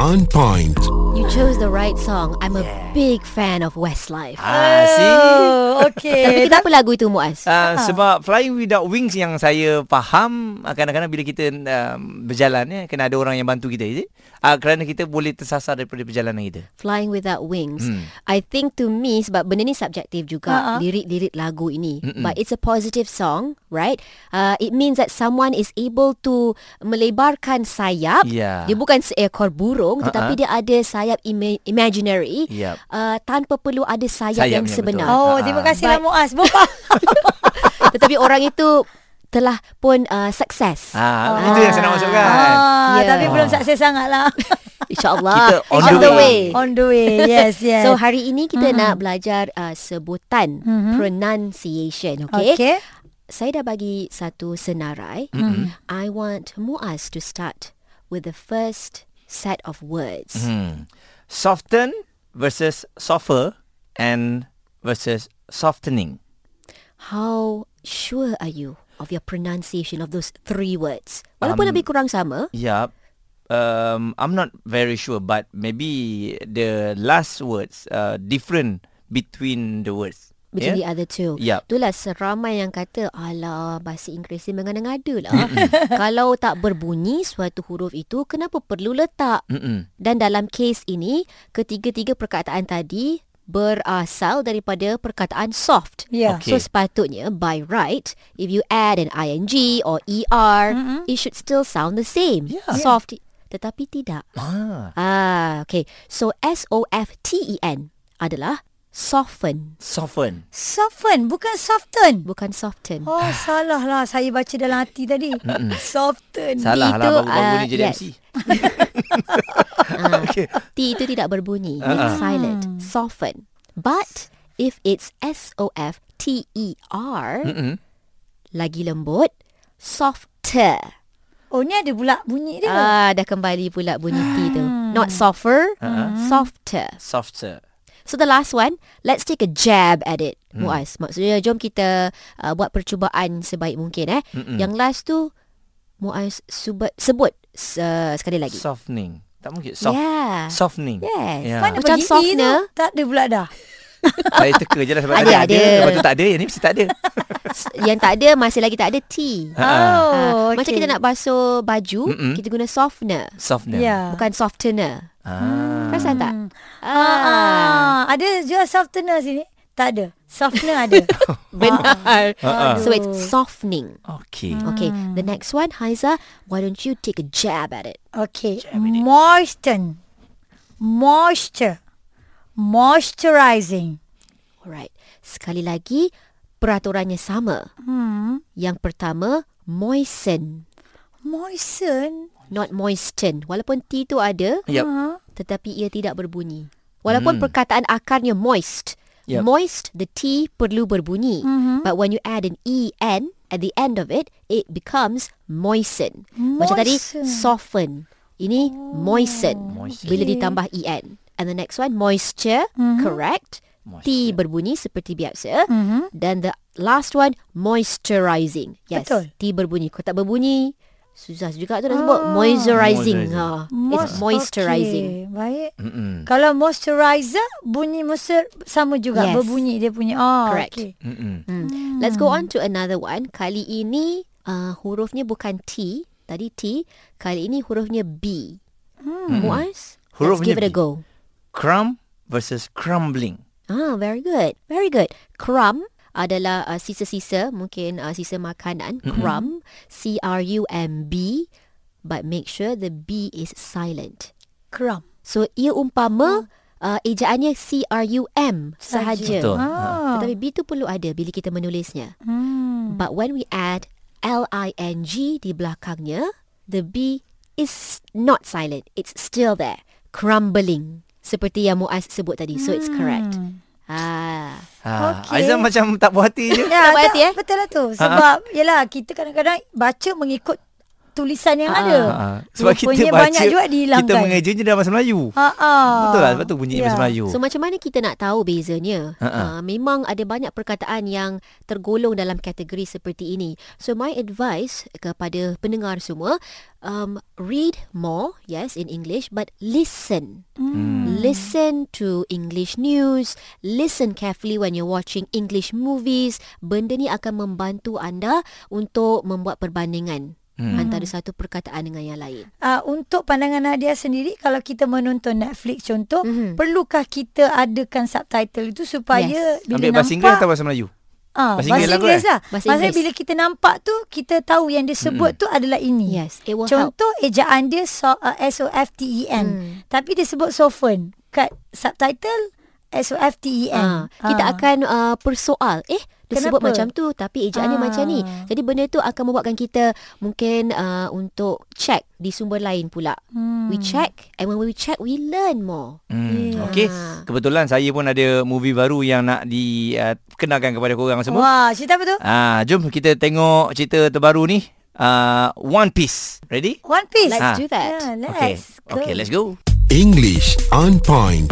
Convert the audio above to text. on point. You chose the right song. I'm a big fan of Westlife. Ah, see? Tapi Oh, okay. Ah. kenapa lagu itu Muaz? Uh, sebab Flying Without Wings yang saya faham ah, kadang-kadang bila kita um, berjalan ya, kena ada orang yang bantu kita is it? Uh, kerana kita boleh tersasar daripada perjalanan kita. Flying Without Wings. Hmm. I think to me sebab benda ni subjektif juga Ha-ha. lirik-lirik lagu ini. But it's a positive song, right? Uh, it means that someone is able to melebarkan sayap. Ya. Dia bukan seekor burung Ha-ha. tetapi dia ada sayap ima- imaginary Yep. uh, tanpa perlu ada sayap Sayapnya, yang sebenar. betul. Oh, ah. terima kasihlah But- Muaz. Bukan. Tetapi orang itu telah pun uh, sukses. Ah, itu yang saya nak masukkan. Ah, Yeah. tapi belum sukses sangat lah. Kita InsyaAllah. Kan? on Ya. On the the way. way. On the way. Yes, yes. So hari ini kita mm-hmm. nak belajar uh, sebutan mm-hmm. pronunciation, okay? okay. Saya dah bagi satu senarai. Mm-hmm. I want Muaz to start with the first set of words. Mm-hmm. Hmm. Soften versus softer and versus softening. How sure are you of your pronunciation of those three words? Walaupun um, lebih kurang sama. Yeah. Um, I'm not very sure, but maybe the last words uh, different between the words. Between the other two Ya. Yup. Itulah seramai yang kata Alah bahasa Inggeris ni mengada-ngada lah Kalau tak berbunyi suatu huruf itu Kenapa perlu letak Mm-mm. Dan dalam kes ini Ketiga-tiga perkataan tadi Berasal daripada perkataan soft Yeah. Okay. So sepatutnya by right If you add an ing or er It should still sound the same Yeah. Soft Tetapi tidak Ah, Ah, okay. So S O F T E N adalah soften, soften. Soften, bukan soften. bukan soften. Oh, salah lah. Saya baca dalam hati tadi. soften. Salah lah itu, baru-baru uh, ni ah, jadi yes. MC. T itu tidak berbunyi. It's silent. Soften. But if it's S-O-F-T-E-R, E lagi lembut, softer. Oh, ni ada pula bunyi dia. Uh, Ah, dah kembali pula bunyi T tu. Not softer, softer. Softer. So the last one, let's take a jab at it. Muaz, maksudnya jom kita uh, buat percubaan sebaik mungkin eh. Mm-mm. Yang last tu Muaz subat, sebut uh, sekali lagi. Softening. Tak mungkin. Soft, Yeah. Softening. Yes. Yeah. Mana- macam macam softener. softener. Tak ada pula dah. Saya teka je lah sebab Ada, tadi ada. Lepas tu tak ada. Yang ni mesti tak ada. Yang tak ada masih lagi tak ada T. Ah, Ah, Oh, Macam kita nak basuh baju, Mm-mm. kita guna softener. Softener. Ya. Yeah. Bukan softener. Ah. Perasan tak? Ah, ah. Ada jual softener sini? Tak ada. Softener ada. Benar. Ah, ah. So it's softening. Okay. Okay, Hmm. the next one, Haiza, why don't you take a jab at it? Okay. Moisten. Moisture. Moisturizing. Alright. Sekali lagi, peraturannya sama. Hmm. Yang pertama, moisten, Moisten. not moisten. Walaupun T tu ada, Yep. Uh-huh. tetapi ia tidak berbunyi. Walaupun perkataan akarnya moist. Hmm. Yep. Moist, the T perlu berbunyi. Mm-hmm. But when you add an EN at the end of it, it becomes moisten. Macam tadi, Moisten. Oh. soften. Ini moisten. Moisten. Bila ditambah EN. And the next one, moisture. Mm-hmm. Correct. T Moisture. berbunyi seperti biasa. Dan the last one, moisturizing. Yes, Betul. Ah. T berbunyi. Kalau tak berbunyi, susah juga tu nak sebut. Moisturizing. Moisturizing. Ha. It's moisturizing. Okay. Baik. Mm-mm. Kalau moisturizer bunyi moisture sama juga Yes. berbunyi dia punya. Oh, Correct. Okay. Mm-mm. Hmm. Let's go on to another one. Kali ini uh, hurufnya bukan T. Tadi T. Kali ini hurufnya B. Hmm. Muaz, let's Hurufnya give it a B. go. Crumb versus crumbling. Ah, very good. Very good. Crumb adalah uh, sisa-sisa, mungkin uh, sisa makanan. Crumb, C-R-U-M-B. But make sure the B is silent. Crumb. So, ia umpama uh, ejaannya C-R-U-M sahaja. Betul. Ah. Tetapi B tu perlu ada bila kita menulisnya. Hmm. But when we add L-I-N-G di belakangnya, the B is not silent. It's still there. Crumbling. Seperti yang Muaz sebut tadi. So it's correct. Ah, Ah, Okay. Aizan macam tak puas hati je. Tak Ya, puas hati, tak- eh? Betul lah tu. Sebab, yelah, kita kadang-kadang baca mengikut tulisan yang Ah, ada. Ha, sebab Rupanya kita baca banyak juga dihilangkan. Kita mengejanya dalam bahasa Melayu. Ha ah. Betul lah sebab tu bunyi Ya. bahasa Melayu. So macam mana kita nak tahu bezanya? Ha, ha. Uh, memang ada banyak perkataan yang tergolong dalam kategori seperti ini. So my advice kepada pendengar semua, um, read more, yes in English, but listen. Listen to English news, listen carefully when you're watching English movies. Benda ni akan membantu anda untuk membuat perbandingan hmm. antara satu perkataan dengan yang lain. uh, untuk pandangan Nadia sendiri kalau kita menonton Netflix contoh Mhm. mm-hmm. perlukah kita adakan subtitle itu supaya yes. bila Ambil nampak bahasa Inggeris atau bahasa Melayu? Ah, bahasa bahasa Inggeris lah kot, Inggeris eh? lah. Bahasa Maksudnya Inggeris. bila kita nampak tu kita tahu yang dia sebut mm-hmm. tu adalah ini. Yes, it will help. Contoh ejaan dia so, uh, SOFTEN Hmm. mm. tapi dia sebut sofen kat subtitle Ah, SOFTEN. kita Ah. akan uh, persoal eh dia Kenapa? sebut macam tu tapi ejaannya Ah. macam ni. Jadi benda tu akan membuatkan kita mungkin uh, untuk check di sumber lain pula. Hmm. We check and when we check we learn more. Hmm, Yeah. Okey, kebetulan saya pun ada movie baru yang nak dikenalkan kepada korang semua. Wah, cerita apa tu? Ah, jom kita tengok cerita terbaru ni. Ah, One Piece. Ready? One Piece. Let's Ah. do that. Yeah, let's okay. go. Okay, let's go. English on point.